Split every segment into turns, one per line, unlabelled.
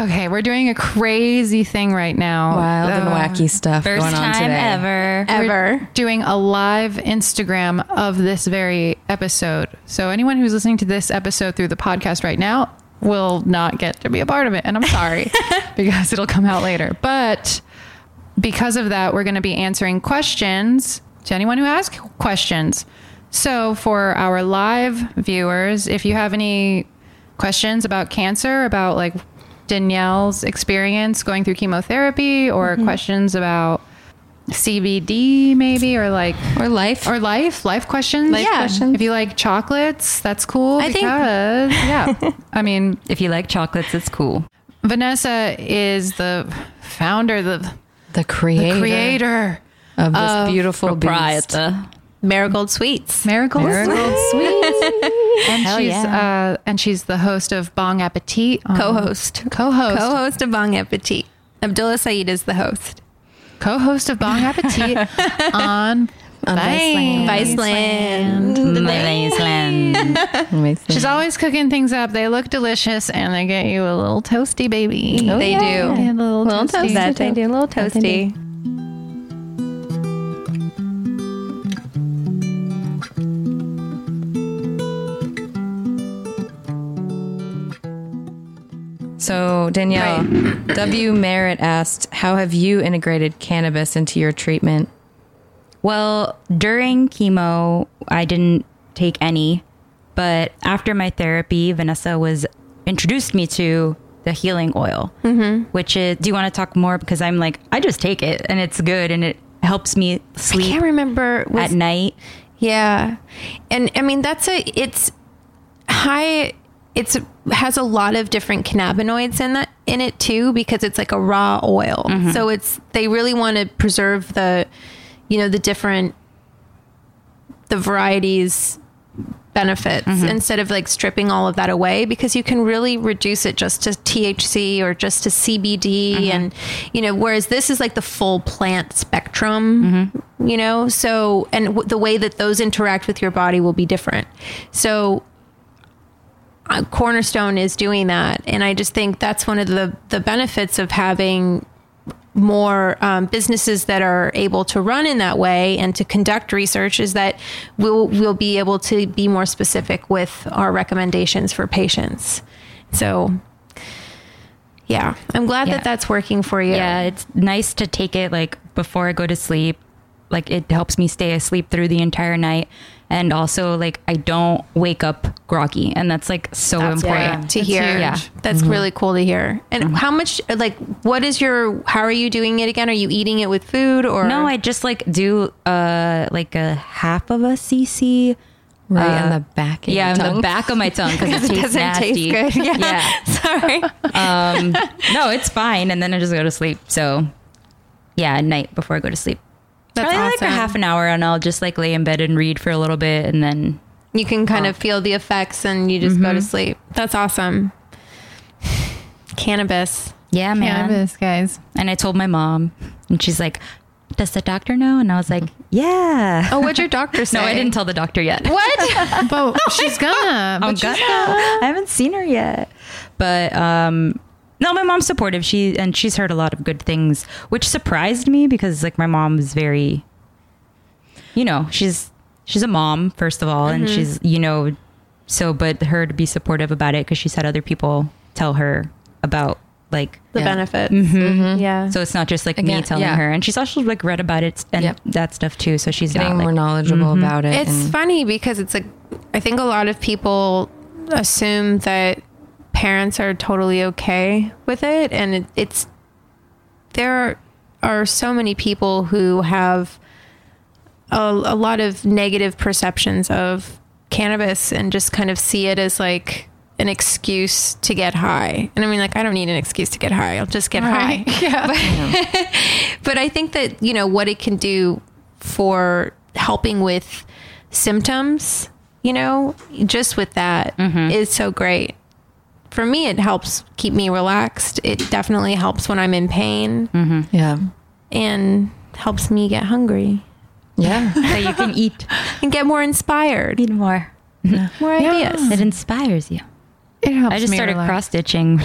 Okay, we're doing a crazy thing right now.
Wild and wacky stuff
First
going on
time
today.
ever.
We're doing a live Instagram of this very episode. So anyone who's listening to this episode through the podcast right now will not get to be a part of it. And I'm sorry because it'll come out later. But because of that, we're going to be answering questions to anyone who has questions. So for our live viewers, if you have any questions about cancer, about like Danielle's experience going through chemotherapy, or questions about CBD maybe, or like
Or life.
or life life questions.
Life Yeah. questions.
If you like chocolates, that's cool.
I think-
because, yeah. I mean,
If you like chocolates, it's cool.
Vanessa is the founder, the
the creator,
creator.
of this beautiful beast.
Proprietor.
Marigold Sweets.
Marigold,
Marigold
Sweets. and
Hell
she's
yeah.
uh, and she's the host of Bong Appetit, on-
Co-host.
co-host,
Co-host of Bon Appetit. Abdullah Saeed is the host.
co-host of Bong Appetit on,
On Viceland.
Vice-
Viceland.
Iceland.
Amazing.
She's always cooking things up. They look delicious, and they get you a little toasty, baby.
Oh, They do.
They get a little,
Little
toasty.
toasty. That they do. Little toasty.
So Danielle, W. Merritt asked, "How have you integrated cannabis into your treatment?"
Well, during chemo, I didn't take any, but after my therapy, Vanessa was introduced me to the healing oil, mm-hmm. which is. Do you want to talk more? Because I'm like, I just take it, and it's good, and it helps me
I
sleep
can't remember.
at
Was,
night.
yeah. And I mean, that's a, it's high, it's has a lot of different cannabinoids in that, in it too, because it's like a raw oil. So it's, they really want to preserve the, you know, the different, the varieties benefits instead of like stripping all of that away because you can really reduce it just to THC or just to CBD and you know whereas this is like the full plant spectrum you know so and w- the way that those interact with your body will be different so uh, Cornerstone is doing that and I just think that's one of the the benefits of having more um, businesses that are able to run in that way and to conduct research is that we'll we'll be able to be more specific with our recommendations for patients. So, yeah, I'm glad
Yeah.
that that's working for you.
yeah, it's nice to take it like before I go to sleep. Like it helps me stay asleep through the entire night. And also like I don't wake up groggy. And that's like so
that's
important.
great to
That's
hear.
huge.
Yeah.
That's really cool to hear. And
Mm-hmm.
how much? Like, what is your? How are you doing it again? Are you eating it with food or
No, I just like do uh like a half of a cc.
Right
Uh,
in the back. Of your
Yeah, on
tongue.
the back of my tongue because it, tastes
doesn't
nasty.
taste good. Yeah. Sorry.
Um, no, it's fine. And then I just go to sleep. So yeah, at night before I go to sleep.
That's
Probably like a
awesome.
half an hour and I'll just like lay in bed and read for a little bit and then
you can kind of feel the effects and you just go to sleep. Oh. Mm-hmm. That's awesome. Cannabis.
yeah, man.
Cannabis, guys.
And I told my mom, and she's like, "Does the doctor know?" And I was like, "Yeah."
Oh, what'd your doctor say?
no, I didn't tell the doctor yet.
What?
But she's gonna. But
I'm
she's
gonna. Oh, I haven't seen her yet. But um, no, my mom's supportive. She and she's heard a lot of good things, which surprised me because like my mom is very, you know, she's she's a mom first of all, and
Mm-hmm.
she's you know, so but her to be supportive about it because she's had other people tell her about like
the
Yeah.
benefits.
Mhm.
Mm-hmm. Yeah.
So it's not just like
Uh, Again,
me telling
yeah.
her, and she's also like read about it and
Yep.
that stuff too. So she's
Getting
not like,
more knowledgeable about it.
it's
and-
funny because it's like, I think a lot of people assume that parents are totally okay with it. And it, it's, there are so many people who have a, a lot of negative perceptions of cannabis and just kind of see it as like an excuse to get high. And I mean, like, I don't need an excuse to get high. I'll just get
Right.
high. Yeah. But, but I think that, you know, what it can do for helping with symptoms, you know, just with that is so great. For me, it helps keep me relaxed. It definitely helps when I'm in pain
yeah,
and helps me get hungry
yeah.
so you can eat
and get more inspired,
eat more.
more
Yeah.
ideas.
It inspires you.
It helps
I just
me
started
relax.
cross stitching.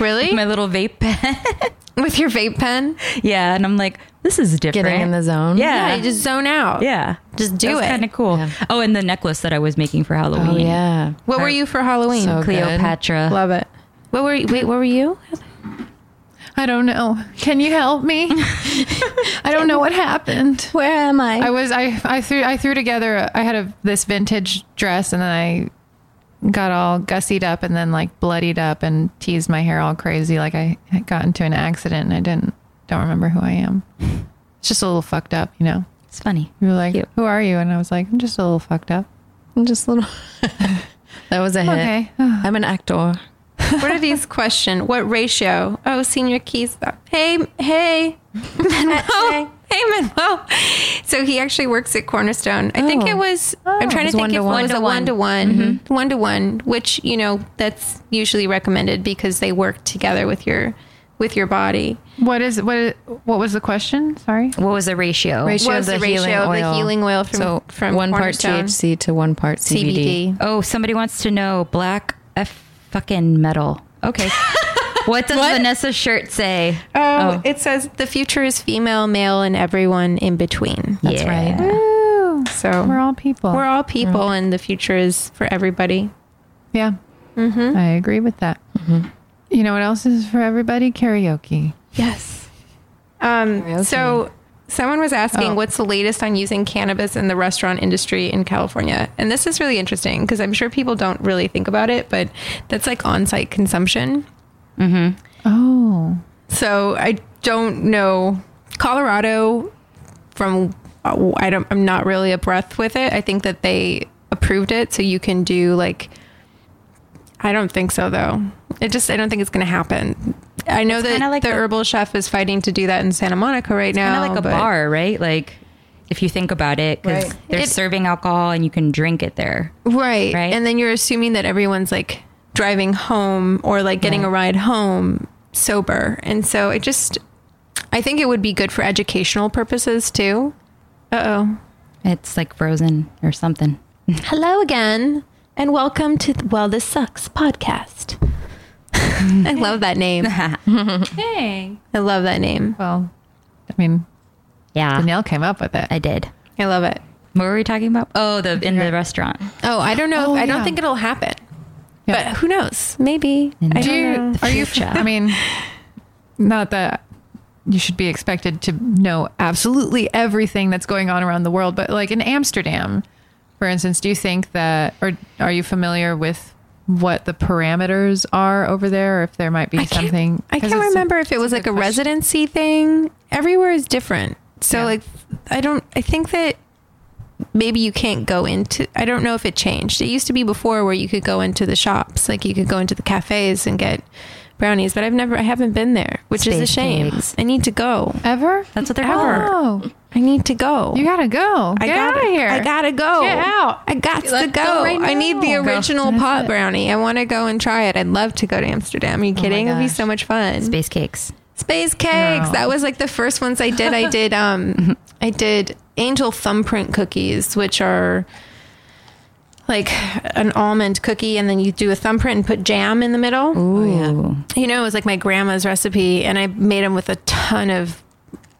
Really?
my little vape pen.
With your vape pen?
yeah, and I'm like, this is different.
Getting in the zone.
Yeah,
you just zone out.
yeah.
Just do it.
Kind of cool.
Yeah.
Oh, and the necklace that I was making for Halloween.
Oh yeah.
What were you for Halloween?
So-
Cleopatra.
Love it.
what were you, wait, what were you?
I don't know. Can you help me? I don't know what happened.
Where am
I was I I threw I threw together I had a this vintage dress and then I got all gussied up and then like bloodied up and teased my hair all crazy like I had got into an accident and I didn't don't remember who I am. It's just a little fucked up, you know.
It's funny.
You were like,
Cute.
"Who are you?" And I was like, "I'm just a little fucked up."
I'm just a little. that was a hit.
Okay.
I'm an actor.
what are these question? What ratio? Oh, senior keys. Hey, hey, Manuel. Hey, Manuel. So he actually works at Cornerstone. I think
Oh.
it was.
Oh.
I'm trying
It was
to think
one
if
to
it
one.
was a one to one, one to one, which you know that's usually recommended because they work together with your with your body.
What is what is, what was the question? Sorry.
What was the ratio?
Ratio
What
of
was
the,
the
healing
ratio of the
oil.
healing oil from-
so
from
one part
Cornerstone?
THC to one part CBD.
CBD.
Oh, somebody wants to know black f fucking metal. Okay. what does Vanessa's shirt say?
Oh, it says the future is female, male, and everyone in between.
That's yeah. right.
Ooh,
So
we're all people.
we're all people, and the future is for everybody.
yeah. Mm-hmm. I agree with that. You know what else is for everybody? Karaoke.
Yes. Um,
Karaoke.
so someone was asking
Oh.
what's the latest on using cannabis in the restaurant industry in California. And this is really interesting because I'm sure people don't really think about it, but that's like on-site consumption.
Oh.
So I don't know Colorado from uh, I don't I'm not really abreast with it. I think that they approved it so you can do like I don't think so though. It just I don't think it's going to happen. I know
It's kinda
that
like
the
a-
herbal chef is fighting to do that in Santa Monica right
Kind
now.
of like a
Oh, but-
bar, right? Like if you think about it, because
Right.
they're
It-
serving alcohol and you can drink it there.
Right.
Right?
And then you're assuming that everyone's like driving home or like getting a ride home sober. And so it just, I think it would be good for educational purposes too. Uh oh.
It's like frozen or something.
Hello again. And welcome to the Well This Sucks podcast. I love that name.
Hey.
I love that name.
Well, I mean,
Yeah.
Danielle came up with it.
Ah. I did.
I love it.
What were we talking about? Oh, the in the restaurant.
Oh, I don't know.
Oh,
I don't
yeah.
think it'll happen.
Yeah.
But who knows? Maybe. I
Do
don't
you,
know.
are you,
future.
I mean, not that you should be expected to know absolutely everything that's going on around the world, but like in Amsterdam, for instance, do you think that, or are you familiar with what the parameters are over there, or if there might be
I can't-
something?
I
'cause
can't
it's a-
remember if it was like
good
a
question.
residency thing. Everywhere is different. So
Yeah.
like I don't I think that maybe you can't go into I don't know if it changed. It used to be before where you could go into the shops, like you could go into the cafes and get brownies, but I've never I haven't been there, which is a
Space
shame.
pigs.
I need to go.
Ever?
That's what they're called.
Oh,
I need to go.
you gotta go.
I
Get
gotta,
out of here.
I gotta go.
Get out.
I got to
Let's
go.
go right
I need the
now. Go.
original
That's
pot
it. Oh
brownie. I want to go and try it. I'd love to go to Amsterdam. Are you kidding? It'd be
gosh.
so much fun.
Space cakes.
Space cakes.
Girl.
That was like the first ones I did. I did um I did angel thumbprint cookies, which are like an almond cookie and then you do a thumbprint and put jam in the middle.
Ooh.
You know, it was like my grandma's recipe and I made them with a ton of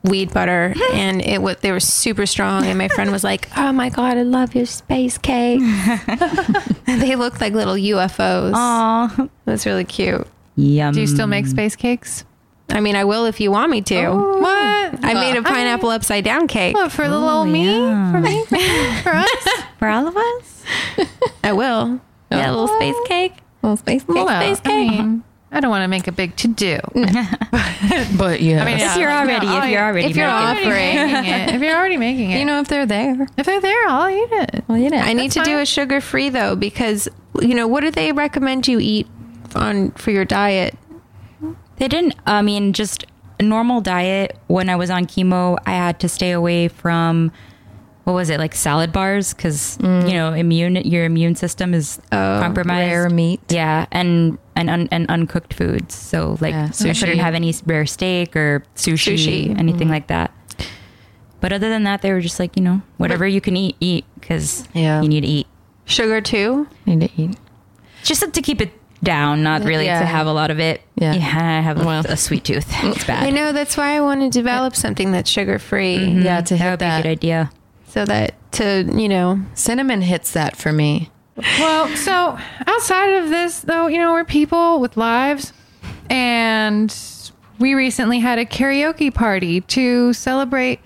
weed butter and it was they were super strong and my friend was like, "Oh my god, I love your space cake." they looked like little UFOs.
Aw.
It was really cute.
Yum.
Do you still make space cakes?
I mean, I will if you want me to.
What?
I made a pineapple upside down cake.
What, for little old me? For me? for us?
for all of us? Oh.
I will. Yeah, a little space cake.
Well, space
Well,
Well,
space
I
cake.
mean, I don't want to make a big to do.
But yeah.
I mean,
If you're already, uh, if you're already,
if you're
making-
off- offering.
it, if you're already making it,
you know, if they're there,
if they're there, I'll eat it.
well, you know,
I need to do
fine.
a sugar free though because you know what do they recommend you eat on for your diet?
They didn't. I mean, just a normal diet. When I was on chemo, I had to stay away from what was it like salad bars because you know immune your immune system is compromised.
Oh, rare meat.
Yeah, and and un, and uncooked foods. So like
Yeah,
I
sushi. Mm-hmm.
couldn't have any rare steak or sushi,
Sushi.
anything like that. But other than that, they were just like you know whatever you can eat, eat because
Yeah.
you need to eat
Sugar too?
Need to eat.
just to keep it down, not really
Yeah.
to have a lot of it.
Yeah.
I have a,
Well.
a sweet tooth. It's bad.
I know that's why I want to develop something that's sugar free,
Yeah, to
that
hit
would be a
that.
good idea.
so that to you know,
Cinnamon hits that for me.
Well, so outside of this, though, you know, we're people with lives, and we recently had a karaoke party to celebrate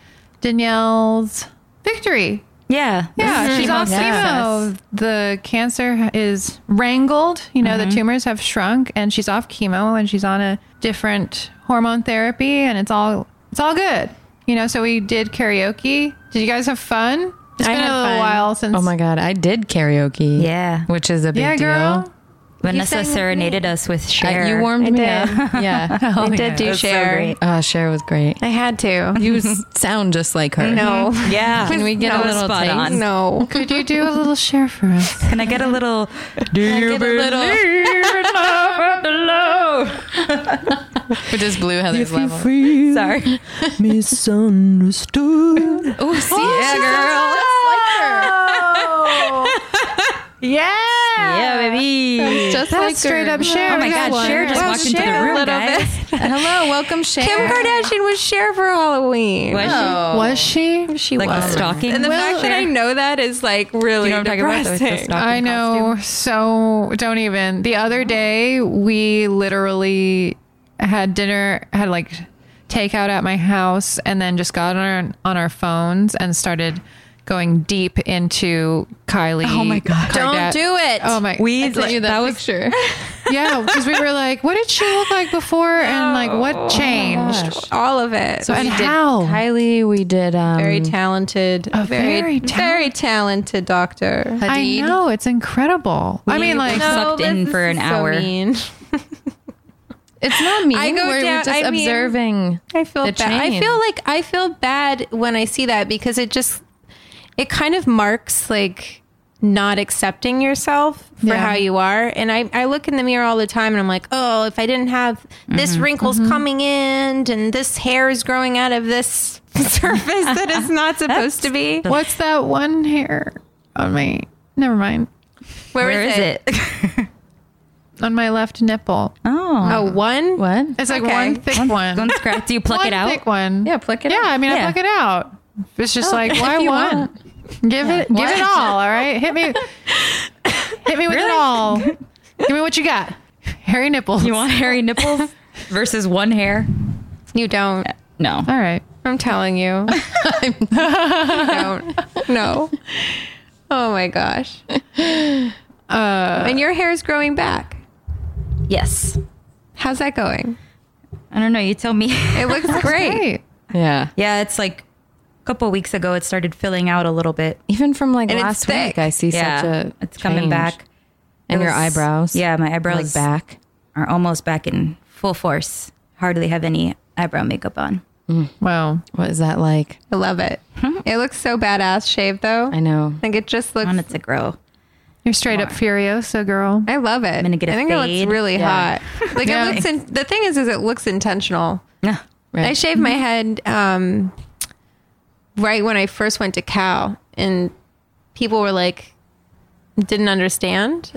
Danielle's victory.
Yeah.
Yeah, she's off
Yeah.
chemo. The cancer is wrangled. You know, the tumors have shrunk, and she's off chemo, and she's on a different hormone therapy, and it's all it's all good. You know, so we did karaoke. Did you guys have fun? It's
I
been a
had
little
fun.
while since.
Oh my god, I did karaoke.
Yeah.
which is a big
yeah,
deal.
girl.
Vanessa
sang with me.
serenaded us with
I-
Cher.
Uh, you warmed
I
me
did. Oh,
up. Yeah.
I did do
That's so
share.
great.
Oh, Cher was great. Mm-hmm.
I had to.
You s- sound just like her.
No,
Yeah.
Can we get a
That was
little
spot
taste?
on.
no.
Could you do a little share for us?
Can I get a little? Do you
Get a little,
below?
which is blue Heather's level.
Sorry.
misunderstood.
Oh, see,
Yeah.
Yeah, baby.
Just like straight up share.
Oh my God, Cher just
Well,
walked into the
Cher
room,
lit up-
guys.
girl. Hello, welcome, Cher.
Kim Kardashian was share for Halloween.
Was she?
Oh.
Was she?
She
Like the
was.
stalking.
Oh. And the
Well,
fact that I know that is like really
you know what I'm talking about? The- the
depressing.
stalking
I know. So don't even. The other day, we literally had dinner, had like takeout at my house, and then just got on our, on our phones and started going deep into Kylie. Oh my god!
Don't do it.
Oh my.
We
I sent you that,
that was
picture.
yeah, because we were like, what did she look like before, and like what changed?
All of it.
So and
We did
how?
Oh.
Kylie, we did um,
very talented.
A
very,
very
very,
talent-
talented doctor.
I
Hadid.
know it's incredible. I mean, like,
No. sucked in
this
for
is
an hour.
mean.
It's not me.
I go
We're
down-
just
I mean-
observing.
I feel
the
bad. I
chain.
feel like I feel bad when I see that because it just it kind of marks like not accepting yourself for
Yeah.
how you are. And I, I look in the mirror all the time and I'm like, oh, if I didn't have this wrinkles coming in and this hair is growing out of this surface that is not supposed to be.
what's that one hair on my? Never mind.
Where is it?
On my left nipple.
Oh.
Oh, one?
what?
It's like
Okay.
one thick one.
Don't scratch. Do you pluck
one
it out?
Thick one.
Yeah, pluck it
Yeah,
out.
I mean, I
Yeah.
pluck it out. It's just like
if
why
you
one? Give it, give it all. All right, hit me, hit me with it all. Give me what you got. Hairy nipples.
You want hairy nipples versus one hair?
You don't.
No.
All right.
I'm telling you. you don't. No. Oh my gosh. and your hair is growing back.
Yes.
How's that going?
I don't know. You tell me.
It looks great.
Great.
Yeah.
yeah, it's like a couple weeks ago. It started filling out a little bit.
Even from like
And it's
last
thick.
week, I see
yeah,
such a.
it's coming
change.
back.
And
It
your
was-
eyebrows.
Yeah, my
Like
eyebrows
back.
are almost back in full force. Hardly have any eyebrow makeup on.
Wow.
What is that like?
I love it. It looks so badass shaved though.
I know.
I think it just
I
looks.
want it to grow.
You're straight up Furiosa, girl.
I love it. I'm
gonna get a
I think it
fade.
looks really
Yeah.
hot. Like
Yeah.
it looks. In, the thing is, is it looks intentional.
Yeah.
I
Right. Mm-hmm.
shaved my head um, right when I first went to Cal, and people were like, didn't understand.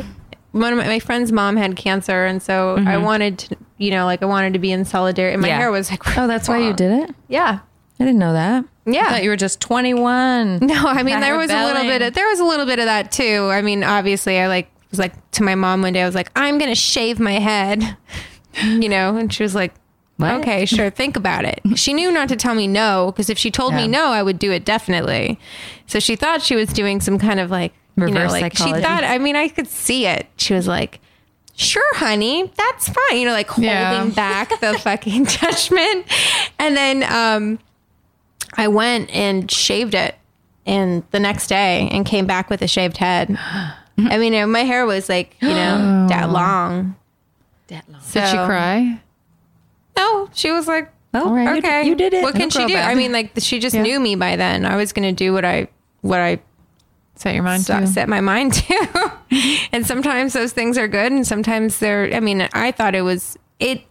One of my, my friend's mom had cancer, and so I
Mm-hmm.
wanted to, you know, like I wanted to be in solidarity. And my
Yeah.
hair was like,
oh, that's why you did it.
Yeah.
I didn't know that.
Yeah.
I thought you were just 21.
No, I mean there was a little
rebelling.
bit of there was a little bit of that too. I mean, obviously, I like was like to my mom one day. I was like, I'm gonna shave my head, you know, and she was like, Okay, sure, think about it. She knew not to tell me no because if she told
Yeah.
me no, I would do it definitely. So she thought she was doing some kind of like you know,
Reverse
like
psychology.
she thought. I mean, I could see it. She was like. Sure, honey, that's fine. You know, like holding
Yeah.
back the fucking judgment. And then um, I went and shaved it and the next day and came back with a shaved head. I mean, uh, my hair was like, you know, that long.
Did she
So-
cry?
No, she was like,
Oh,
right.
okay.
You, did it.
What can she do? I mean, like, she just knew me by then. I was going to do what I, what I
Set your mind
so-
to.
set my mind to. and sometimes those things are good, and sometimes they're. I mean, I thought it was it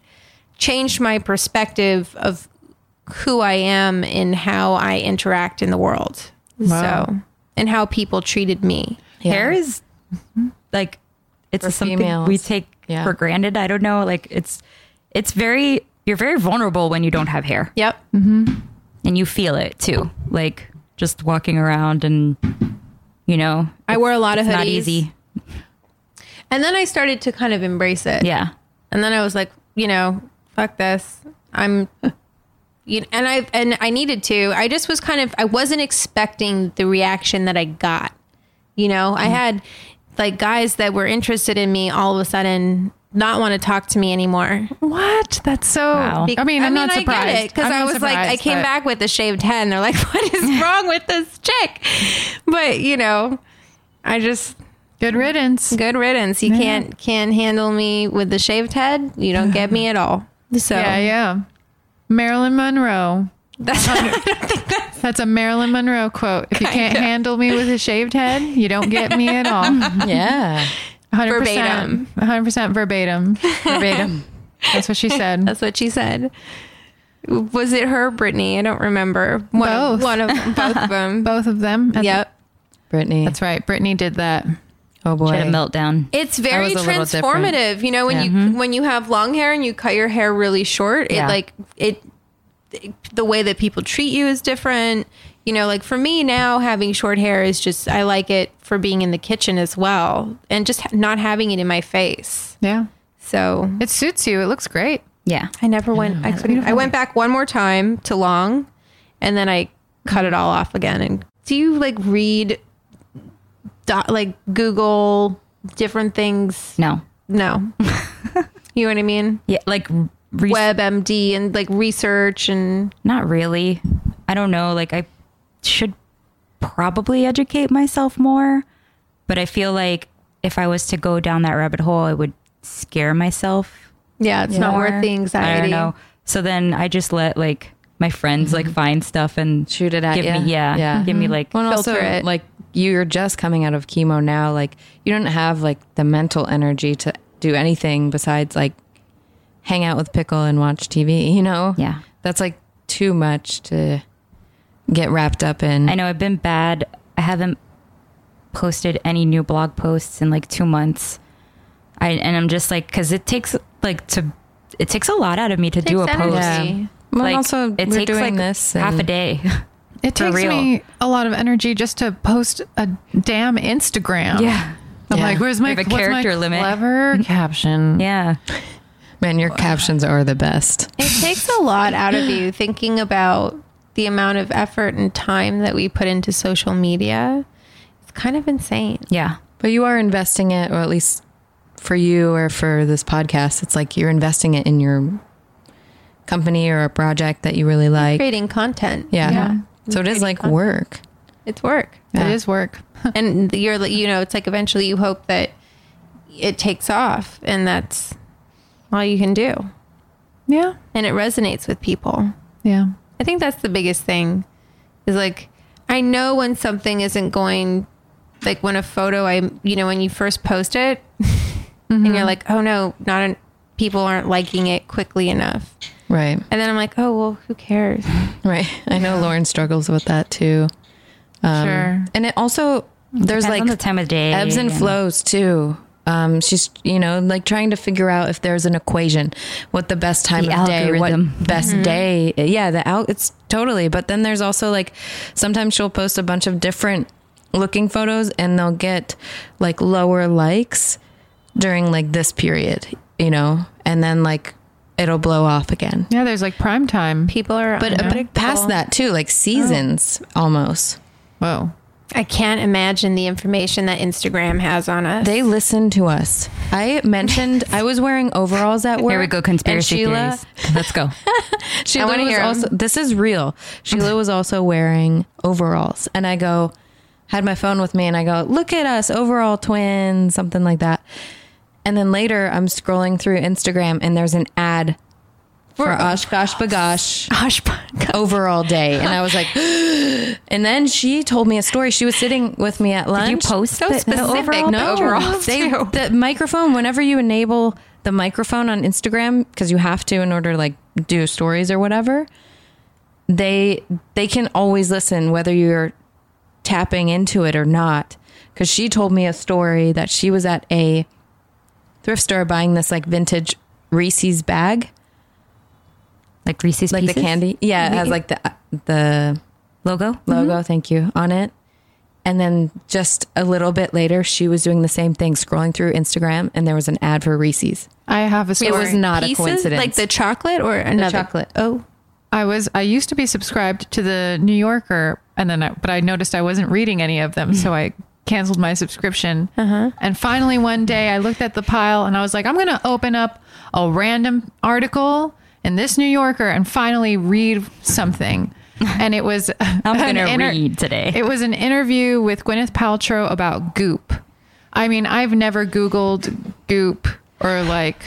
changed my perspective of who I am and how I interact in the world.
Wow.
So and how people treated me.
Yeah.
hair is like it's
For
something
females.
we take
Yeah.
for granted. I don't know. Like it's it's very you're very vulnerable when you don't have hair
Yep.
and you feel it too. Like just walking around and you know,
I wore a lot of
it's
hoodies.
not easy.
And then I started to kind of embrace it.
Yeah.
And then I was like, you know, fuck this. I'm you and I and I needed to. I just was kind of I wasn't expecting the reaction that I got. You know,
Mm-hmm.
I had like guys that were interested in me all of a sudden not want to talk to me anymore.
What? That's so.
Wow.
I mean, I'm not surprised
because
I'm
I
not
was like, I
surprised,
came
but-
back with a shaved head, and they're like, "What is wrong with this chick?" But you know, I just
Good riddance.
good riddance. You can't can't handle me with the shaved head. You don't get me at all. So
Yeah, yeah. Marilyn Monroe.
that's
That's a Marilyn Monroe quote. If you can't handle me with a shaved head, you don't get me at all. 100%.
Yeah.
100%
Verbatim.
verbatim. Verbatim. That's what she said.
that's what she said. Was it her, Brittany? I don't remember. One,
Both.
one of both of them.
Both of them. That's-
Yep.
Brittany.
That's right. Brittany did that.
oh boy.
She had a meltdown.
It's
was
very
a little different.
transformative. You know, when
Yeah.
you when you have long hair and you cut your hair really short,
Yeah.
it like it the way that people treat you is different. You know, like for me now having short hair is just I like it for being in the kitchen as well and just ha- not having it in my face.
Yeah.
So,
It suits you. It looks great.
Yeah.
I never went I couldn't I went back one more time to long and then I cut it all off again and do you like read dot like Google different things
No.
no. you know what I mean?
Yeah, like re-
WebMD and like research and
not really. I don't know. Like I should probably educate myself more, but I feel like if I was to go down that rabbit hole, I would scare myself.
yeah, it's not
more.
worth the anxiety.
I don't know. So then I just let like my friends like find stuff and
Mm-hmm. shoot it at
give
you.
me yeah,
Yeah. Mm-hmm.
give me like
Well, and also,
filter it.
like you're just coming out of chemo now. Like you don't have like the mental energy to do anything besides like hang out with Pickle and watch TV. You know,
Yeah.
that's like too much to get wrapped up in.
I know I've been bad. I haven't posted any new blog posts in like two months. I and I'm just like because it takes like to it takes a lot out of me to do a
Takes
post.
energy.
Yeah. Well,
Like,
also
it
we're
takes
doing
like
this
half
and-
a day.
It
For
takes
real.
me a lot of energy just to post a damn Instagram.
Yeah.
I'm
Yeah.
like, where's my,
We have a
what's my
character limit.
clever caption?
yeah.
Man, your captions are the best.
It takes a lot out of you thinking about the amount of effort and time that we put into social media. It's kind of insane.
Yeah.
But you are investing it, or at least for you or for this podcast, it's like you're investing it in your company or a project that you really like.
Creating content.
Yeah.
Yeah.
So it is like work.
It's work.
Yeah.
It is work.
and you're like, you know, it's like eventually you hope that it takes off and that's all you can do.
yeah.
And it resonates with people.
Yeah.
I think that's the biggest thing is like I know when something isn't going like when a photo I you know when you first post it and you're like oh no not en- people aren't liking it quickly enough
Right.
and then I'm like oh well who cares
Right. I know Lauren struggles with that too. Um,
Sure.
And it also, there's
Depends
like
on the time of day
ebbs and flows too. Um, she's, you know, like trying to figure out if there's an equation, what the best time
The
of day,
algorithm. Mm-hmm.
what best day. Yeah, the out. It's totally. But then there's also like sometimes she'll post a bunch of different looking photos, and they'll get like lower likes during like this period, you know, and then like it'll blow off again.
Yeah. There's like prime time.
people are
But, but past that too, like seasons
Oh.
almost.
Whoa.
I can't imagine the information that Instagram has on us
They listen to us. I mentioned I was wearing overalls at work.
Here we go,
and
conspiracy
Sheila,
theories. Let's go.
Sheila
wanna
was
hear 'em.
also- this is real. Sheila was also wearing overalls, and I go had my phone with me, and I go, "Look at us, overall twins," something like that. And then later, I'm scrolling through Instagram, and there's an ad for Oshkosh Bagosh
gosh
overall day, and I was like, and then she told me a story. She was sitting with me at lunch.
Did you post
So
the, the
specific,
overall
no.
picture?
overalls,
They,
too.
the microphone. Whenever you enable the microphone on Instagram, because you have to in order to like do stories or whatever, they they can always listen whether you're tapping into it or not. Because she told me a story that she was at a thrift store buying this like vintage Reese's bag,
Like Reese's
like
Pieces?
the candy. Yeah, it has like the uh, the
logo.
logo. Thank you on it. And then just a little bit later, she was doing the same thing, scrolling through Instagram, and there was an ad for Reese's.
I have a story.
It was not a
Pieces?
coincidence.
Like the chocolate or another
chocolate.
Oh,
I was I used to be subscribed to the New Yorker and then I, but I noticed I wasn't reading any of them so I canceled my subscription.
Uh-huh.
And finally one day I looked at the pile and I was like I'm going to open up a random article in this New Yorker and finally read something. And it was
I'm
an
gonna read today.
It was an interview with Gwyneth Paltrow about Goop. I mean, I've never googled Goop or like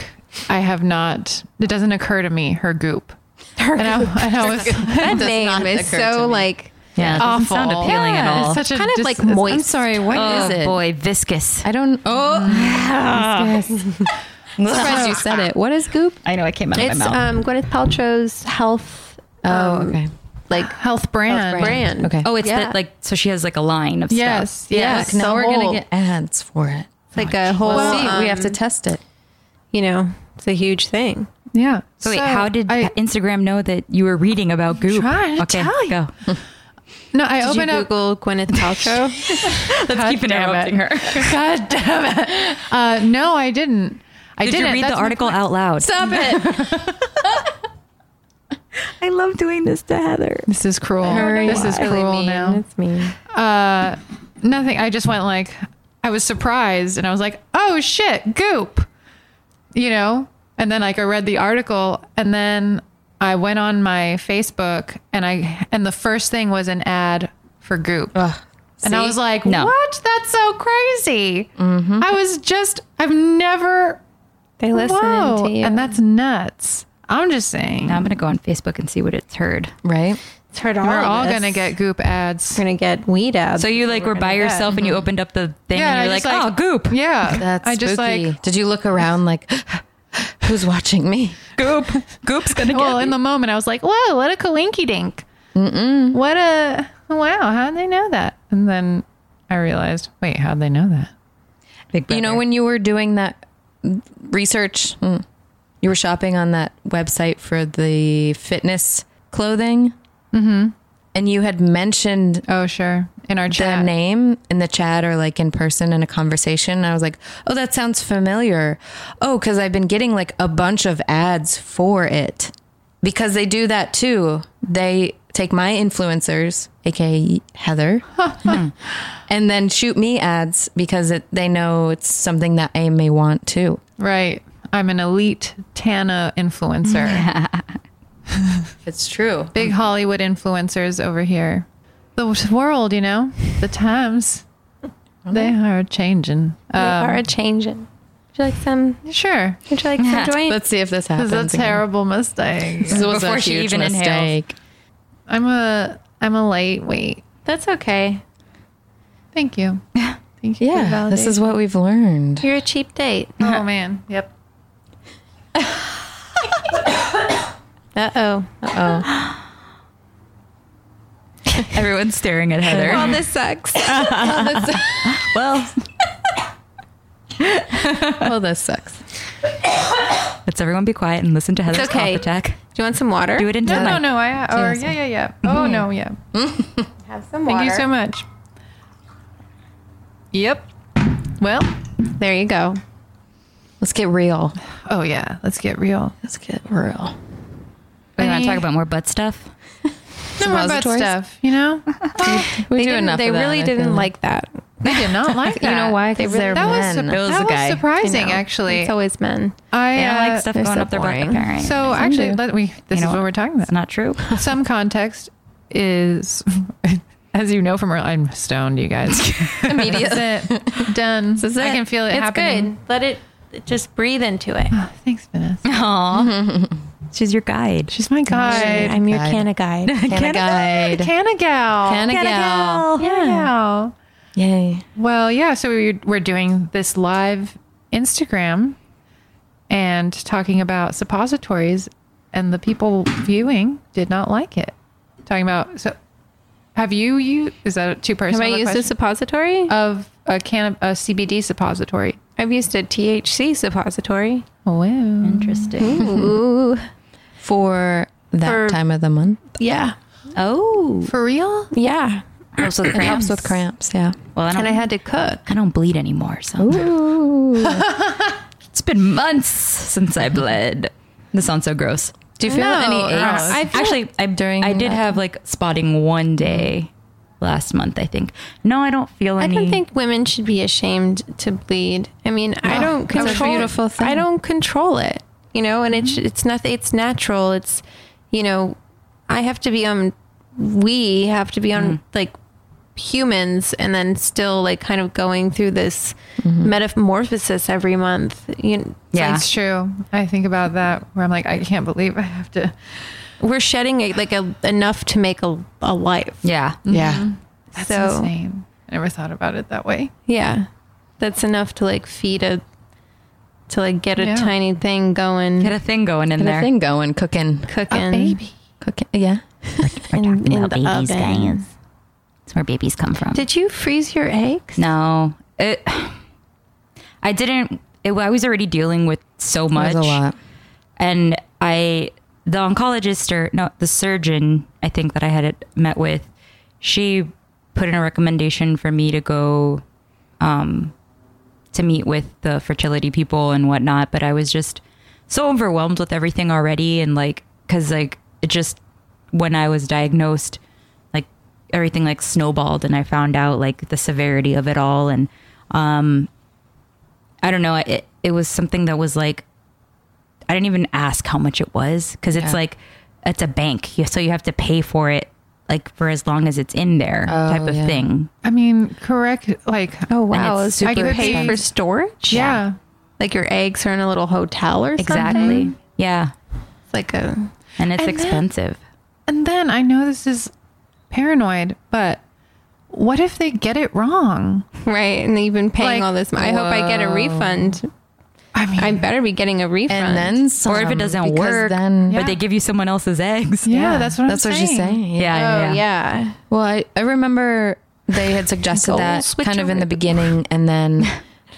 I have not it doesn't occur to me her Goop.
her
And I, and I was
that
does
name
not
is
occur to
so
me.
like
Yeah, it doesn't
awful.
sound appealing at
Yeah,
all.
It's such a
Kind of
dis-
like
it's- I'm
moist.
sorry, what
oh
is it?
boy, viscous.
I don't. Oh, surprised you said it. What is Goop?
I know it came out of
it's
my mouth.
um, Gwyneth Paltrow's health.
Oh,
um,
okay.
Like
Health brand.
brand.
Okay.
oh, it's
yeah.
the, like so she has like a line of stuff.
Yes, yes.
Look,
now
so
we're gonna
whole-
get ads for it.
It's like a whole.
We'll see. we have to
um,
test it.
you know, it's a huge thing.
Yeah.
So wait, how did
I,
Instagram know that you were reading about Goop?
trying to
okay,
tell you.
go.
no? I
Did you
opened up.
Google Gwyneth Paltrow?
Let's keep
damn it.
interrupting her.
God damn it! Uh, no, I didn't. I
Did
didn't.
you read
That's
the
my
article
point.
out loud?
Stop it. I love doing this to Heather.
This is cruel. This is
Really
cruel
mean.
now.
It's me.
Uh, nothing. I just went like, I was surprised, and I was like, oh shit, Goop, you know. And then like I read the article, and then I went on my Facebook, and I and the first thing was an ad for Goop. And I
See?
was like,
No.
what? That's so crazy.
Mm-hmm.
I was just, I've never,
They listen
whoa.
to you.
And that's nuts. I'm just saying.
Now I'm gonna go on Facebook and see what it's heard.
Right?
It's hurt all
We're
of
all
us.
going to get Goop ads.
We're gonna get weed out.
So you like were by yourself and you opened up the thing
Yeah,
and
and
you're
I
like,
just,
oh,
like-
Goop,
Yeah.
That's
I just
spooky.
like,
Did you look around like who's watching me?
Goop, Goop's gonna get
well,
me.
in the moment, I was like, whoa, what a coinky dink. What a, wow, how'd they know that? And then I realized, wait, how'd they know that?
Big
You know
Brother.
when you were doing that research, mm, you were shopping on that website for the fitness clothing, mm-hmm. and you had mentioned
Oh, sure. In our
the
chat.
name in the chat or like in person in a conversation. And I was like, oh, that sounds familiar. Oh, because I've been getting like a bunch of ads for it because they do that too. They take my influencers, aka Heather, and then shoot me ads because it, they know it's something that I may want too.
Right. I'm an elite Tana influencer.
It's true.
Big Hollywood influencers over here. The world, you know, the times, they are changing.
they
Um,
are a changing. Would you like some?
sure.
Would you like some joint?
Let's see if
This
this happens.
is a
again.
terrible mistake.
This was
Before
a
she
huge
even inhales.
mistake.
I'm a I'm a lightweight.
That's okay.
Thank you. Thank you.
Yeah, this is what we've learned.
You're a cheap date.
Oh man. Yep.
Uh oh.
Oh,
everyone's staring at Heather.
Well, this sucks.
well,
well, this sucks.
let's everyone be quiet and listen to Heather's
okay.
cough attack.
Do you want some water?
Do it in
No,
time.
no, no. I or
Yes.
yeah, yeah, yeah. Oh no, yeah.
Have some
Thank
water.
you so much. Yep. Well,
There you go.
Let's get real.
oh yeah. Let's get real.
Let's get real.
We want
Any-
to talk about more butt stuff.
No more butt
Suppositories?
stuff. You know,
We
they
do
didn't-
enough.
They
of that,
really
I
didn't
feel
like that.
they did not like that.
You know why? 'Cause
They
they're
that was,
men.
sur-
It was
that
a guy. I
surprising,
I know.
actually.
It's always men.
I,
They don't
uh,
like stuff
they're
going
so
up their butt.
boring.
Apparently.
So
Some
actually,
do.
let me. This
You know
is what
what?
we're talking about.
it's not true.
Some context is, as you know from earlier, I'm stoned, you guys.
Immediately.
That's it. Done.
This is
I can feel it
it's
happening.
good. Let it just breathe into it.
Oh, thanks, Vanessa.
Aw, she's your guide.
She's my guide.
I'm your
Guide.
canna guide.
Can a guide.
Canna gal.
Can a gal.
Canna gal.
Yay.
Well, yeah. So we, we're doing this live Instagram and talking about suppositories, and the people viewing did not like it. Talking about so, have you you is that a two
Have
person?
I used a suppository?
of a can of a CBD suppository?
I've used a THC suppository.
Wow.
Interesting.
Ooh.
for that
For-
time of the month.
yeah.
Oh.
For real?
Yeah.
Also the
It helps
cramps.
with cramps. Yeah.
Well, I don't,
And I had to cook.
I don't bleed anymore, so. it's been months since I bled. This sounds so gross.
Do you feel
No,
any
no,
aches?
I
actually I
during
I did
that
have like spotting one day last month, I think. No, I don't feel
I
any.
don't think women should be ashamed to bleed. I mean, I don't
it's a
control.
beautiful thing.
I don't control it, you know. And it's it's nothing. It's natural. It's you know, I have to be on. We have to be on like humans, and then still like kind of going through this metamorphosis every month. You know,
Yeah.
It's true. I think about that where I'm like, I can't believe I have to.
we're shedding a, like a, enough to make a, a life.
Yeah.
Yeah. That's
So-
insane. I never thought about it that way.
Yeah, that's enough to like feed a to like get a
Yeah.
tiny thing going.
Get a thing going in
Get
there.
a thing going, cooking,
cooking
cooking. Yeah.
in, in the oven.
It's where babies come from.
Did you freeze your eggs?
no. It, I didn't. It, I was already dealing with so much.
There's a lot.
and I the oncologist or no the surgeon I think that I had it met with, she put in a recommendation for me to go um to meet with the fertility people and whatnot, but I was just so overwhelmed with everything already and like cuz like it just when I was diagnosed like everything like snowballed and I found out like the severity of it all and um I don't know it it was something that was like I didn't even ask how much it was because it's
Yeah.
like it's a bank, You- so you have to pay for it like for as long as it's in there,
Oh,
type of
yeah.
thing.
I mean, correct. Like,
Oh
wow.
wow!
it's
So you
super
pay
expensive.
for storage?
yeah.
Like your eggs are in a little hotel or something.
Exactly. Yeah,
It's like a
and
And
it's
then-
expensive.
And then I know this is paranoid, but what if they get it wrong?
right, and you've been paying
Like,
all this. I hope I get a
whoa.
refund.
I mean,
I better be getting a
And
refund.
then some,
or if it doesn't
because
work,
then
Yeah.
but they give you someone else's eggs.
yeah, that's what
that's
I'm
what
saying.
she's saying.
Yeah, yeah,
oh yeah.
yeah.
Well, I, I remember they had suggested
Goal
that
switcheroo.
kind of in the beginning. And then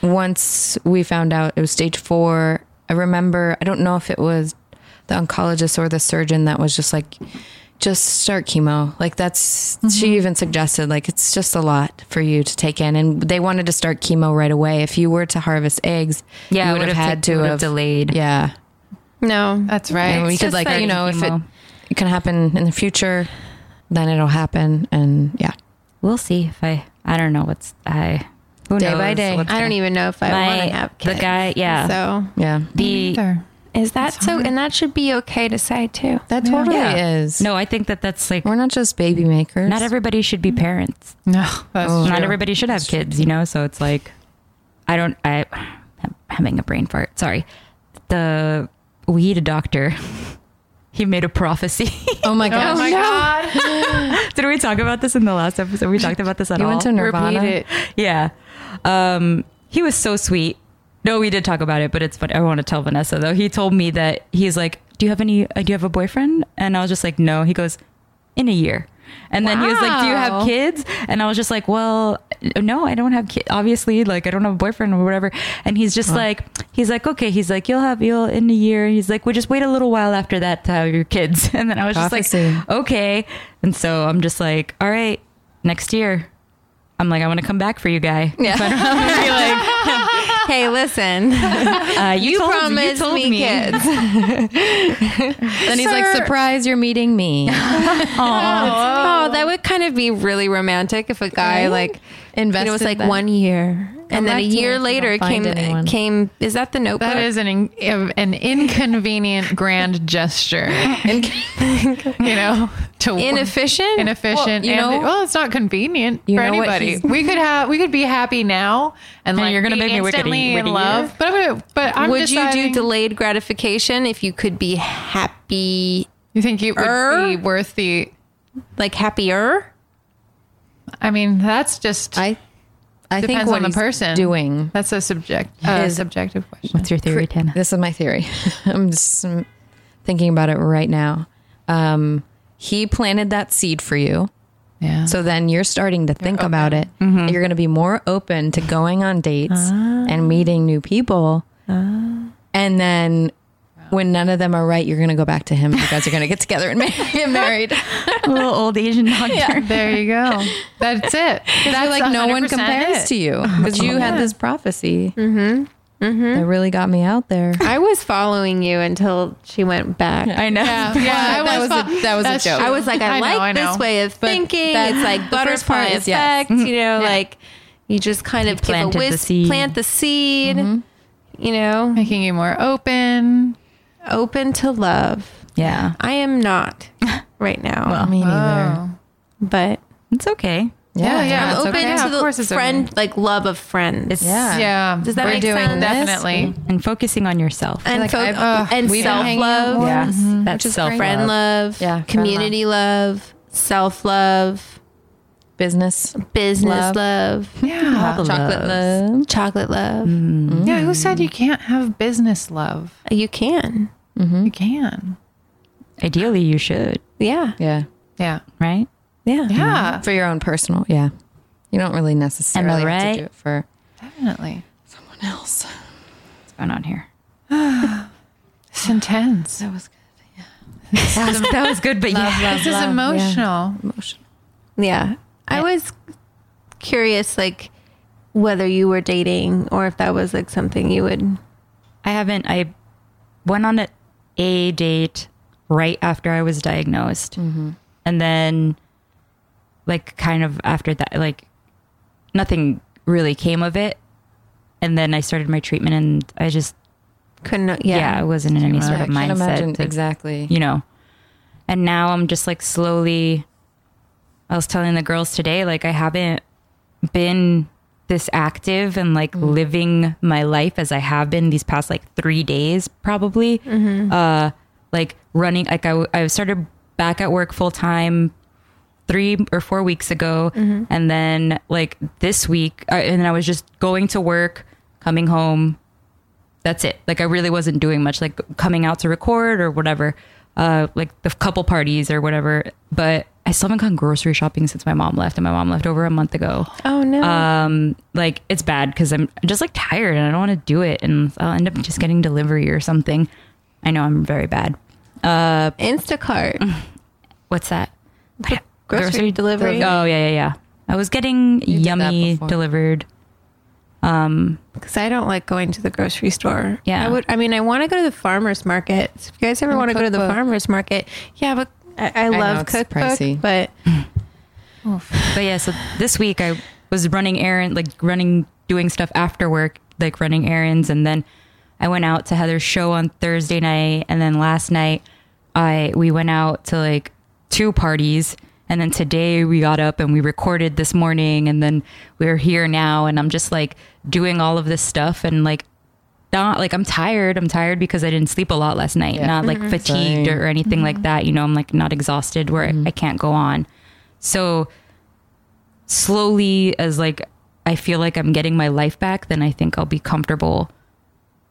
once we found out it was stage four, I remember, I don't know if it was the oncologist or the surgeon that was just like, just start chemo. Like, that's,
Mm-hmm.
she even suggested, like, it's just a lot for you to take in. And they wanted to start chemo right away. If you were to harvest eggs, you
Yeah, it
would have
would've
had
took- it
to
would've
have
delayed.
Yeah.
No,
That's right.
And we
It's
could,
just
like,
like
you know, if it,
chemo.
it can happen in the future, then it'll happen. And yeah.
We'll see if I. I don't know what's I. Who
Day by
knows
day.
what's
I don't
gonna-
even know if I
My-
want to have
the
kids.
guy- yeah.
So
Yeah.
The
Either.
is that
It's
so?
hard.
And that should be okay to say too.
That
Yeah.
totally
Yeah.
is.
no, I think that that's like
we're not just baby makers.
not everybody should be parents.
No, that's
Oh.
true.
not everybody should have kids, you know. So it's like, I don't. I, I'm having a brain fart. Sorry. The weed doctor. He made a prophecy.
Oh my
Oh
gosh.
my god!
Did we talk about this in the last episode? We talked about this at
You
all.
went to Nirvana.
Repeat it.
yeah. Um, he was so sweet. No, we did talk about it, but it's funny. I want to tell Vanessa though. He told me that he's like, "Do you have any? Uh, do you have a boyfriend?" And I was just like, "No." He goes, "In a year." And then he was like, "Do you
Wow.
have kids?" And I was just like, "Well, uh, no, I don't have kids. Obviously, like I don't have a boyfriend or whatever." And he's just like, "He's like, okay." He's like, "You'll have you'll in a year." He's like, "We just wait a little while after that to have your kids." And then I was just
Prophecy.
like, "Okay." And so I'm just like, "All right, next year." I'm like, I want to come back for you, guy.
Yeah. hey, listen.
Uh, you, told, you
promised
told
me, kids.
Then he's like,
Sir.
surprise, you're meeting me.
Oh, that would kind of be really romantic if a guy
Right?
like
Invested
it was like
that.
one year, and then
back
a
to me if
year
you
later
don't find
came
anyone.
came. Is that the notebook?
That is an in, an inconvenient grand gesture. you know, to
inefficient.
inefficient.
Well, you
and,
know-
well, it's not convenient
You
for
know what
anybody.
he's-
We could have, we could be happy now, and,
And
like
you're gonna
be
make me wicked-
instantly
wicked
in
eater?
love. But I'm, but I'm
would you
deciding-
do delayed gratification if you could be happy,
You think it would
Er?
be worth the?
like happier?
I mean, that's just
I, I
depends
think what
on the
he's
person
doing.
That's a subject, uh,
Is-
subjective question.
What's your theory, Tana?
This is my theory. I'm just um, thinking about it right now. Um, he planted that seed for you,
Yeah.
So then you're starting to think about it.
Mm-hmm.
And You're going to be more open to going on dates
Ah.
and meeting new people. And then when none of them are right, you're going to go back to him. You guys are going to get together and get married.
a little old Asian doctor.
there you go. That's it. That's
That's like no one
100%
compares
it. Mm-hmm.
to you
Oh,
because you had this prophecy that really got me out there.
I was following you until she went back.
I know.
Yeah,
Yeah,
yeah, I
that was a-
fo-
that was a
that's
joke.
true.
I was like, I,
know,
like
I know.
this way of thinking.
that-
it's like
the first part
butterfly
is yes.
effect, you know, like you just kind of give
planted
a
the
whisk,
seed.
plant the seed, you know,
making you more open.
open to love.
Yeah.
I am not right now,
me neither.
Oh.
but
It's okay.
Yeah, yeah.
I'm
That's
open
okay. Yeah,
to
of course
the
it's
friend, like love of friends.
Yeah.
Yeah.
Does that
We're
make
doing
sense?
Definitely.
And focusing on yourself.
And,
like,
folk-
I've- ugh,
and
we've been
self
hanging out
love,
more. Yeah.
Mm-hmm.
That's
Which is
self
great.
friend love,
Yeah, friend
community love, self love,
Business,
business
Love.
love,
Yeah.
chocolate love.
chocolate love.
Yeah. Who said you can't have business love?
You can.
Mm-hmm.
You can.
Ideally, you should,
Yeah.
Yeah.
Yeah.
right?
Yeah.
Yeah.
For your own personal. Yeah. You don't really necessarily
Am I
have
right?
to do it for
Mm-hmm. Definitely.
someone else.
What's going on here?
It's intense.
That was good.
That was, that was good, but yeah.
This is emotional.
Emotional.
Yeah. I was curious, like, whether you were dating or if that was like something you would.
I haven't. I went on a, a date right after I was diagnosed,
Mm-hmm.
and then, like, kind of after that, like, nothing really came of it. And then I started my treatment, and I just
Couldn't.
yeah,
Yeah.
I wasn't in any
Yeah,
sort
I
of
can't imagine
mindset, to,
exactly.
you know. And now I'm just like slowly. I was telling the girls today, like I haven't been this active and like living my life as I have been these past like three days, probably. Uh, like running, like I, w- I started back at work full time three or four weeks ago. And then like this week, uh, and then I was just going to work, coming home. That's it. Like I really wasn't doing much, like coming out to record or whatever, uh, like the couple parties or whatever. But I still haven't gone grocery shopping since my mom left, and my mom left over a month ago
Oh, no.
Uh,
um like it's bad because i'm just like tired and i don't want to do it and i'll end up just getting delivery or something i know i'm very bad uh
mm-hmm.
Instacart.
what's that
Grocery delivery.
oh yeah yeah yeah i was getting
did that
yummy
before.
delivered um
Oh.
Because I don't like going to the grocery store.
Yeah.
I would. I mean, I want to go to the farmer's market. So if you guys ever
And
want to go to the
Mm, cookbook.
farmer's market, yeah, but I, I
know,
love
it's
cookbook,
pricey.
but
but yeah so this week i was running errand like running doing stuff after work like running errands and then i went out to heather's show on thursday night and then last night i we went out to like two parties and then today we got up and we recorded this morning and then we're here now and i'm just like doing all of this stuff and like not like i'm tired i'm tired because i didn't sleep a lot last night
Yeah.
not like fatigued or, or anything like that you know i'm like not exhausted where I, I can't go on so slowly as like I feel like I'm getting my life back, then I think I'll be comfortable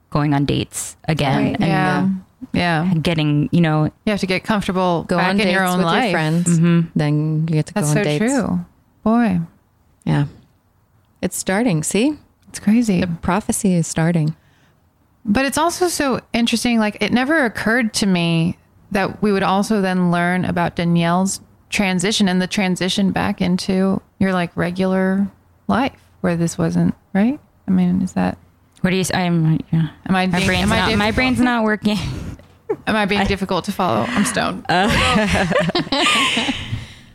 going on dates again
Right.
and
Yeah. Yeah.
getting, you know,
uh, You have to get comfortable
Go
back
on
in
dates
your own
with
life.
your friends.
Mm-hmm.
Then you get to
That's
go
so
on dates.
true. Boy,
Yeah. It's starting. See?
it's crazy.
The prophecy is starting.
But it's also so interesting. Like, it never occurred to me that we would also then learn about Danielle's transition and the transition back into your like regular life where this wasn't, right? I mean, is that,
what do you? s- I'm yeah.
am I,
My
being,
brain's
am, I
not, my
difficult-
brain's not working.
am I being difficult to follow? I'm stoned.
Uh,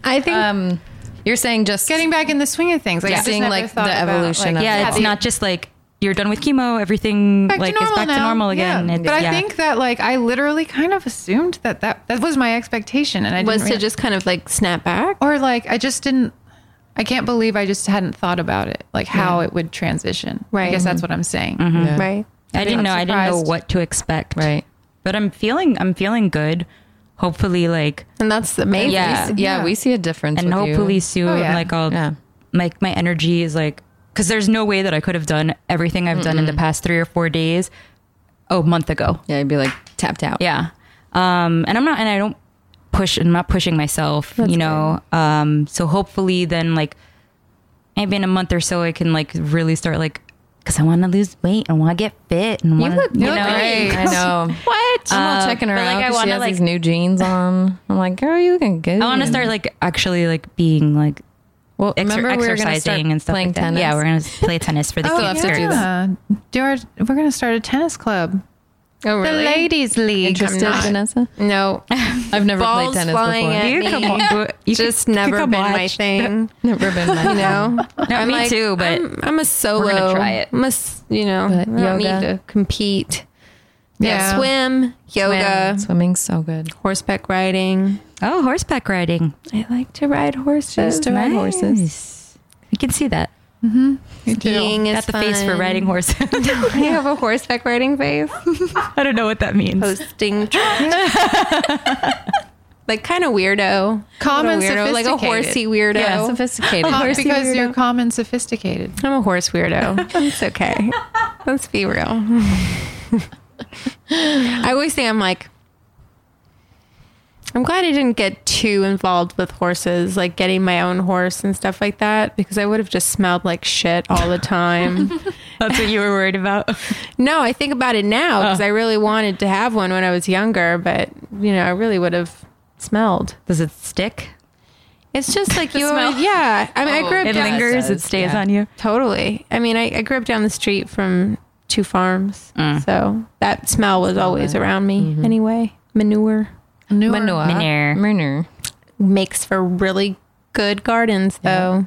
I think um, you're saying just
Getting back in the swing of things. Like,
Yeah.
I just
Seeing,
never
like,
thought
the
about,
evolution
like,
of
Yeah,
Yeah,
it's
the-
not just like you're done with chemo, everything
back to
like is
normal
back
now.
to normal again.
Yeah.
and-
but I
yeah.
think that like I literally kind of assumed that that, that was my expectation, and I
was
didn't
to
real-
just kind of like snap back.
or like I just didn't. I can't believe I just hadn't thought about it, like how it would transition. I
Right.
guess that's what I'm saying.
Mm-hmm.
Yeah.
Right.
I didn't
I'm
know. I didn't know
surprised.
what to expect.
Right.
But I'm feeling. I'm feeling good. Hopefully, like
And that's amazing.
Yeah.
Yeah.
Uh, Yeah. We see a difference.
and
with you.
hopefully soon
Oh, yeah.
like i'll
Yeah.
like my energy is like because there's no way that i could have done everything i've done in the past three or four days a month ago
Yeah. You'd be like tapped out.
yeah um and i'm not and i don't push I'm not pushing myself,
That's
you know. Um so hopefully then like maybe in a month or so I can like really start like cuz I want to lose weight and want to get fit and want
look good. Great.
I know.
What?
I'm all
Uh,
checking her
but,
out.
Like I
'cause
want
she
to
has
like
these new jeans on. I'm like, girl, you can go.
I want to start like actually like being like
well,
exer-
remember we were gonna
exercising
start
and stuff
playing
like that.
tennis.
Yeah, we're gonna play tennis for the
Oh,
kids.
I'll have to do that.
Yeah. Do our, we're going to start a tennis club.
Oh, really?
The ladies' league.
interested,
not.
Vanessa.
No.
I've never
Balls
played tennis
flying
before.
at
You
me.
come on. You could-
Just
you could
never
come
been my
watch.
thing.
Never been.
You know? I'm
me too, but
I'm, I'm a solo.
try it.
I'm a s- you know,
But
I don't
yoga.
need to compete. Yeah. Swim, yoga,
Swimming's so good.
horseback riding.
Oh, horseback riding.
I like to ride horses.
used to ride horses.
Nice. We can see that.
You do.
Skiing is
Got the face for
fun.
riding horses.
I have a horseback riding face.
I don't know what that means.
Hosting trips. like kind of weirdo.
Calm
Not a
and
weirdo, like a
sophisticated.
horsey weirdo.
sophisticated.
Not because you're calm and sophisticated.
I'm a horse weirdo. it's okay. Let's be real. I always say I'm like, I'm glad I didn't get too involved with horses, like getting my own horse and stuff like that, because I would have just smelled like shit all the time.
That's what you were worried about. Oh.
no, I think about it now because I really wanted to have one when I was younger, but you know, I really would have smelled.
Does it stick?
It's just like you,
smell?
always- yeah. I mean, I grew up
Oh. It
down-
lingers. It
does,
stays
yeah.
on you.
Totally. I mean, I, I grew up down the street from two farms, so that smell was always around me anyway. Manure
Manure.
manure.
Manure.
Manure.
makes for really good gardens, though.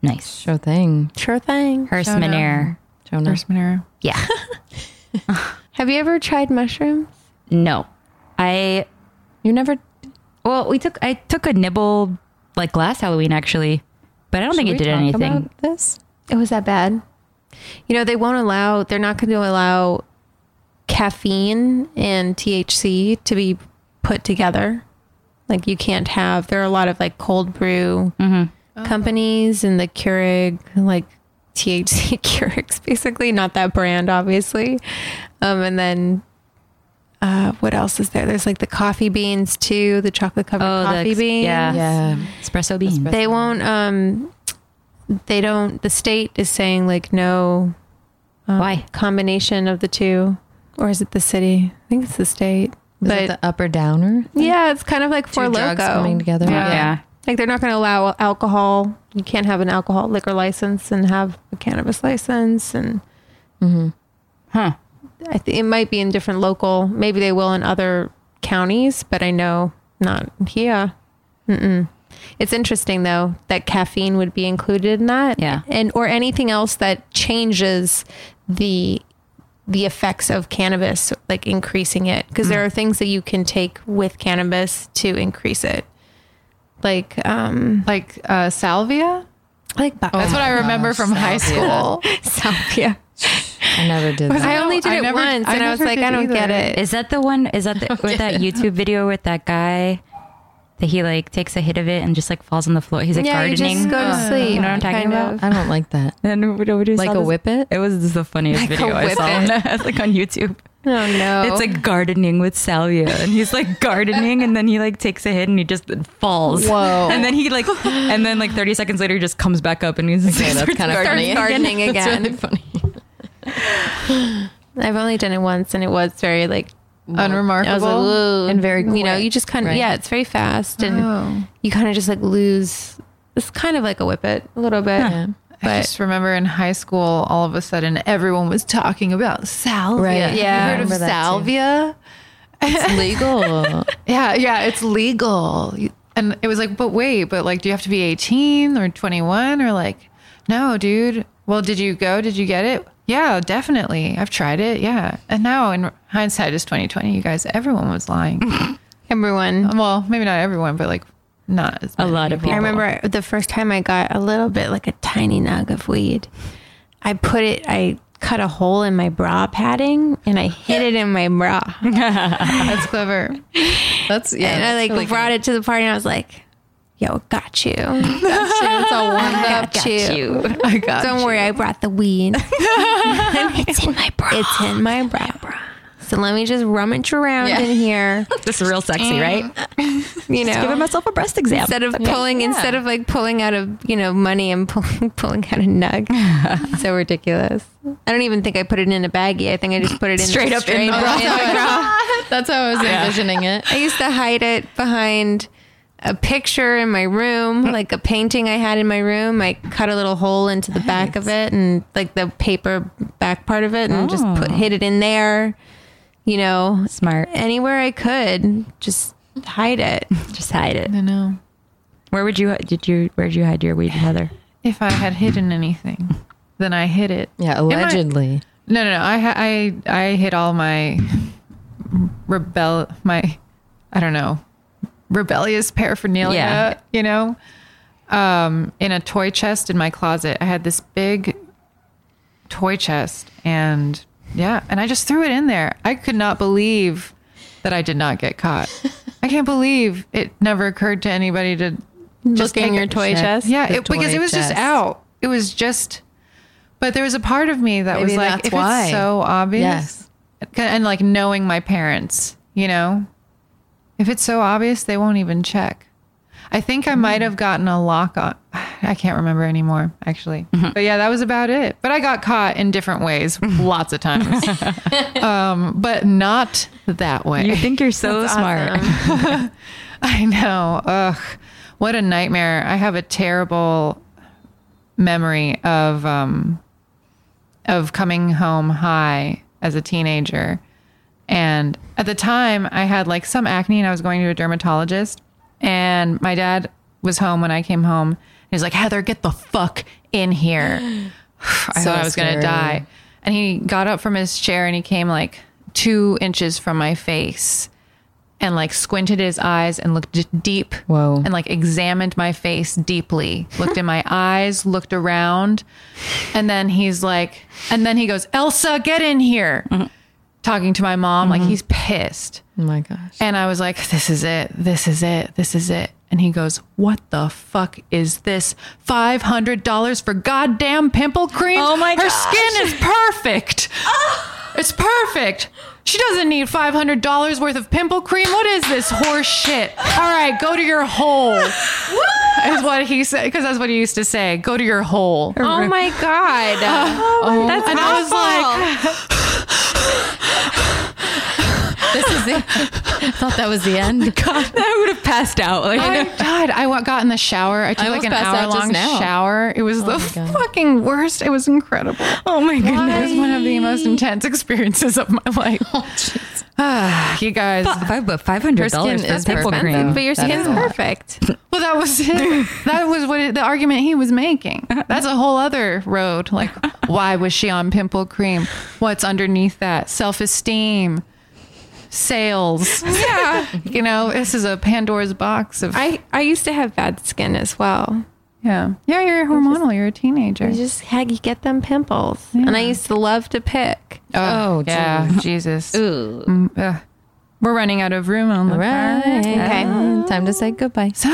Nice.
Sure thing.
Sure thing.
Hearse
Shout out.
manure.
Jonah.
Horse manure.
Yeah.
Have you ever tried mushrooms?
No. I
You never.
well, we took I took a nibble like last Halloween actually, but I don't think
Should
it
we
did
talk
anything.
about this?
It was that bad. You know, they won't allow. They're not going to allow caffeine and THC to be put together. Like you can't have. There are a lot of like cold brew
Mm-hmm.
companies and the Keurig, like THC Keurigs, basically not that brand, obviously. Um, and then uh, what else is there? There's like the coffee beans too, the chocolate covered
Oh, the
coffee
ex-
beans.
yeah.
Uh, Yeah.
Espresso bean.
Espresso.
They won't. Um, they don't. The state is saying like no. um,
Why?
combination of the two, or is it the city? I think it's the state.
Is
but
it the upper downer?
yeah, it's kind of like for
Two
loco.
drugs coming together.
Yeah.
yeah.
Like they're not going to allow alcohol. You can't have an alcohol liquor license and have a cannabis license, and
Mm-hmm.
Huh.
I think it might be in different local. Maybe they will in other counties, but I know not here. Mm-mm. It's interesting though that caffeine would be included in that,
Yeah.
and or anything else that changes the the effects of cannabis, like increasing it, because there are things that you can take with cannabis to increase it, like um,
Like uh, salvia.
like
That's what I remember from high school.
salvia.
I never did
Was
that.
I only did
I
it
never-
once,
I
and I was
never
like,
did
I don't
either.
get it.
Is that the one? Is that the, with that YouTube video with that guy that he like takes a hit of it and just like falls on the floor? He's like
yeah,
gardening.
you just go to
Uh,
sleep.
you know what I'm talking
kind
about?
of.
I don't like that.
And nobody
Like a whippet?
It was this is the funniest
Like a
video I saw. On,
whippet.
that, like on YouTube.
Oh no!
It's like gardening with salvia, and he's like gardening, and then he like takes a hit and he just falls.
Whoa.
And then he like, and then like 30 seconds later, he just comes back up and he's like,
Okay, that's kind of
Starts
funny.
gardening
That's
again.
really funny.
I've only done it once, and it was very like I was
Unremarkable.
like, "Whoa."
And very
you know,
quick,
you just kind of
right?
yeah, it's very fast, and
Oh.
you kind of just like lose. It's kind of like a whippet, a little bit.
Yeah.
I
But-
just remember in high school, all of a sudden, everyone was talking about salvia.
Right.
Yeah,
Yeah.
you heard of
Remember that too.
salvia?
It's legal.
Yeah, yeah, it's legal. You- And it was like, but wait, but like, do you have to be 18 or 21 or like, no, dude. Well, did you go? Did you get it? Yeah, definitely. I've tried it. Yeah. And now in hindsight is 2020, you guys, everyone was lying.
Everyone,
well, maybe not everyone, but like not as
A
many
lot of
people.
I remember the first time I got a little bit like a tiny nug of weed. I put it. I cut a hole in my bra padding, and I hid it in my bra.
That's clever. That's, yeah.
and I
that's
like
really
brought it to the party, and I was like, "Yo, got you. Got you. It's all warmed up.
got
you.
you.
good. I got
Don't
you.
worry, I brought the weed. it's in my bra. It's in my bra. So let me just rummage around in here.
This is real sexy, right?
you know,
Just giving myself a breast exam.
instead of pulling,
Yeah.
instead of like pulling out of you know money and pulling pulling out a nug. so ridiculous. I don't even think I put it in a baggie. I think I just put it in
Straight up in the
up
bra.
in the bra.
That's how I was envisioning it.
I used to hide it behind a picture in my room, like a painting I had in my room. I cut a little hole into the back of it and like the paper back part of it and just put
Oh.
hid it in there, you know,
Smart.
anywhere I could, just hide it.
Just hide it.
I know.
Where would you did you where'd you hide your weed, Heather?
If I had hidden anything, then I hid it.
Yeah,
Am I-
allegedly.
No, no, no. I ha- I I hid all my rebel my I don't know rebellious paraphernalia.
Yeah.
You know, um, in a toy chest in my closet. I had this big toy chest, and yeah, and I just threw it in there. I could not believe that I did not get caught. I can't believe it never occurred to anybody to just
Look in
take
your
a-
toy
check.
chest.
yeah,
the
it, because
toy
it was just
chest.
out. It was just, but there was a part of me that
Maybe
was like,
that's
if
why.
it's so obvious,
Yes.
and like knowing my parents, you know, if it's so obvious, they won't even check. I think I might have gotten a lock on. I can't remember anymore, actually.
Mm-hmm.
But yeah, that was about it. But I got caught in different ways, lots of times, um, but not that way.
You think you're so smart.
I know. Ugh, what a nightmare. I have a terrible memory of um of coming home high as a teenager. And at the time I had like some acne and I was going to a dermatologist and my dad was home when I came home. He was like, "Heather, get the fuck in here." I
So
thought I was going to
scary.
die. And he got up from his chair and he came like 2 inches from my face and like squinted his eyes and looked d- deep.
Whoa.
And like examined my face deeply, looked in my eyes, looked around. And then he's like, and then he goes, Elsa, get in here. Talking to my mom, like he's pissed.
Oh my gosh.
And I was like, this is it. This is it. This is it. And he goes, what the fuck is this? $500 for goddamn pimple cream?
Oh my
Her
gosh.
skin is perfect. it's perfect. She doesn't need $500 worth of pimple cream. What is this horse shit? All right, go to your hole. is what he said, because that's what he used to say. Go to your hole.
Oh my God.
That's and I was like,
This is the, I thought that was the end.
I would have passed out. Like,
I died. I wa- got in the shower. I took
I
like
almost
an
passed out
hour
just
long
now.
shower. It was the
my God.
fucking worst. It was incredible.
oh my
It
goodness.
was one of the most intense experiences of my life. Ah, you guys.
Five, but five hundred
Her
dollars
skin
for
is
pimple
perfect,
cream.
But your
That's
skin's
a lot.
perfect.
Well, that was it. That was what it, the argument he was making. That's a whole other road. Like, why was she on pimple cream? What's underneath that? Self esteem, sales. Yeah. you know, this is a Pandora's box of.
I, I used to have bad skin as well.
yeah. Yeah, you're hormonal. you're a teenager.
I just had you get them pimples. And I used to love to pick.
Oh,
yeah, Jesus. Mm, ugh. We're running out of room on the
All right.
Okay.
Time to say goodbye.
So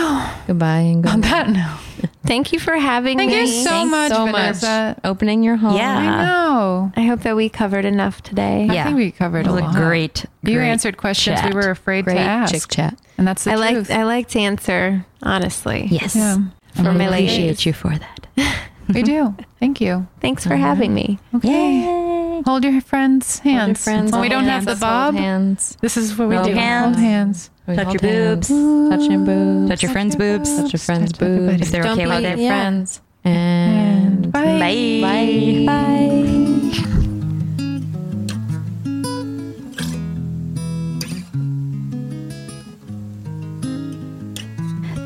Goodbye and
on
goodbye.
that note,
Thank you for having
thank
me.
you so
Thanks
much,
so
Vanessa.
much. Opening your home.
Yeah.
I know.
I hope that we covered enough today.
I think we covered
It
a
was a
lot.
great,
You
great
answered questions
chat.
we were afraid to
Great
ask,
chick chat.
and that's the
I
truth.
like I like to answer honestly.
Yes.
yeah,
For
I
my ladies.
appreciate you for that.
we do. Thank you.
Thanks for having me.
Okay. Hold your friends' hands.
Hold your friends.
when we don't have the
Let's hold
bob,
hands.
this is what we
Hold
do.
hands.
Hold hands.
We
Touch
hold
your boobs.
hands. Touch your boobs.
Touch your friends' boobs.
Touch your friends'
Touch everybody.
boobs.
If they're
Don't
okay
be-
with
Hug
it.
your
Yeah.
friends. And
Bye.
bye.
Bye.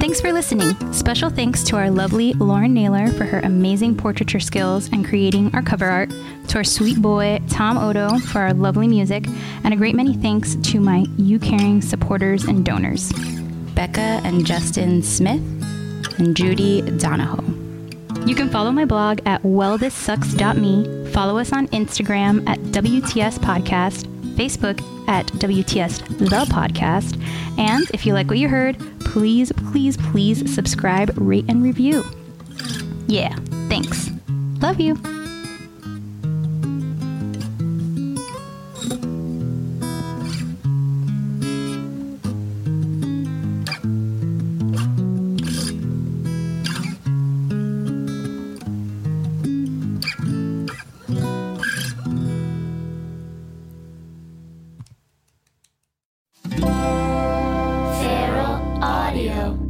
Thanks for listening. Special thanks to our lovely Lauren Naylor for her amazing portraiture skills and creating our cover art, to our sweet boy Tom Odo for our lovely music, and a great many thanks to my You Caring supporters and donors Becca and Justin Smith, and Judy Donahoe. You can follow my blog at wellthissucks.me, follow us on Instagram at WTS Podcast, Facebook at WTS The Podcast, and if you like what you heard, please, please, please subscribe, rate, and review. Yeah, thanks. Love you.
Feral Audio.